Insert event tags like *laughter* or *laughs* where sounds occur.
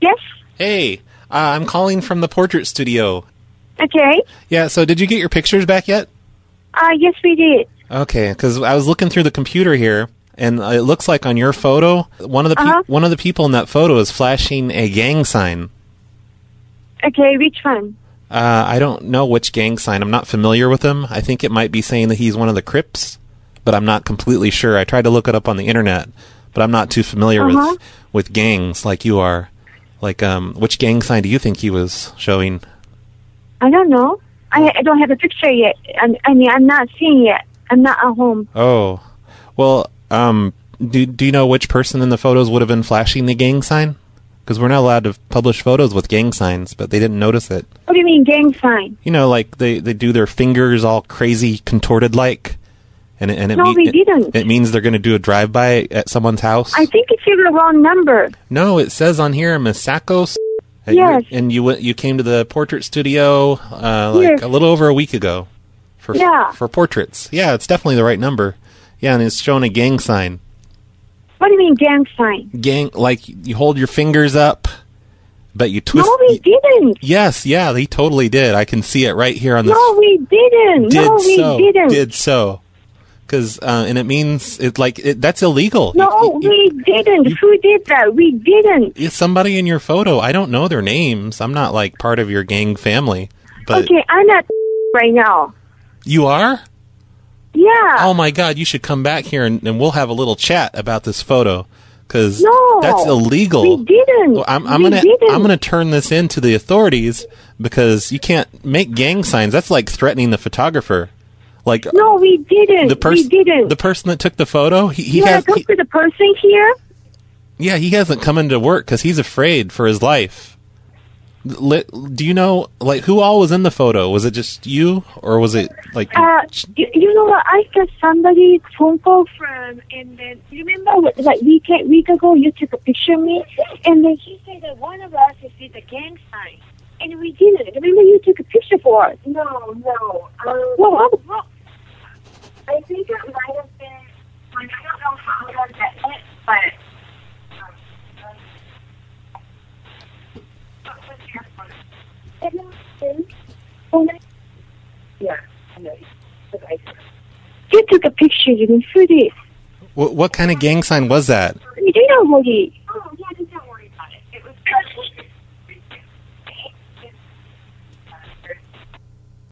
Yes. Hey, uh, I'm calling from the portrait studio. Okay. Yeah, so did you get your pictures back yet? Uh, yes, we did. Okay, because I was looking through the computer here, and it looks like on your photo, one of the pe- Uh-huh. one of the people in that photo is flashing a gang sign. Okay, which one? Uh, I don't know which gang sign. I'm not familiar with him. I think it might be saying that he's one of the Crips, but I'm not completely sure. I tried to look it up on the internet, but I'm not too familiar Uh-huh. with with gangs like you are. Like, um, which gang sign do you think he was showing? I don't know. I, I don't have a picture yet. I'm, I mean, I'm not seeing yet. I'm not at home. Oh, well, um, do do you know which person in the photos would have been flashing the gang sign? Because we're not allowed to publish photos with gang signs, but they didn't notice it. What do you mean, gang sign? You know, like they, they do their fingers all crazy contorted like, and it- and it No, we it, didn't. It means they're going to do a drive by at someone's house. I think it's the wrong number. no, it says on here Misako. S- that you- Yes. and you went, you came to the portrait studio uh, like Yes. a little over a week ago for Yeah. for portraits. Yeah, it's definitely the right number. Yeah, and it's showing a gang sign. What do you mean, gang sign? gang like you hold your fingers up but you twist No, we didn't. yes yeah he totally did i can see it right here on this No, we didn't. did no, we so didn't. did so because uh, and it means it like it, that's illegal No, You- you- we didn't. Who did that? We didn't. it's somebody in your photo i don't know their names i'm not like part of your gang family but okay, I'm at *laughs* right now. you are Yeah. oh my god you should come back here and, and we'll have a little chat about this photo because No, that's illegal we didn't. Well, I'm, I'm we gonna didn't. I'm gonna turn this in to the authorities because you can't make gang signs. That's like threatening the photographer. Like No, we didn't. the person we didn't. the person that took the photo. He, he you has want to talk he- to the person here? yeah he hasn't come into work because he's afraid for his life. Li- Do you know like who all was in the photo? Was it just you or was it like Uh, you, you know what? I got somebody phone call from, and then you remember what, like week week ago you took a picture of me, and then he said that one of us is with a gang sign, and we didn't. Remember you took a picture for us? No, no. Um, well, I'm, I think it might have been, like, I don't know how long that went, but. um, um, Yeah, I know. Okay. you took a picture. You didn't see this. what, what kind of gang sign was that? You didn't already. oh,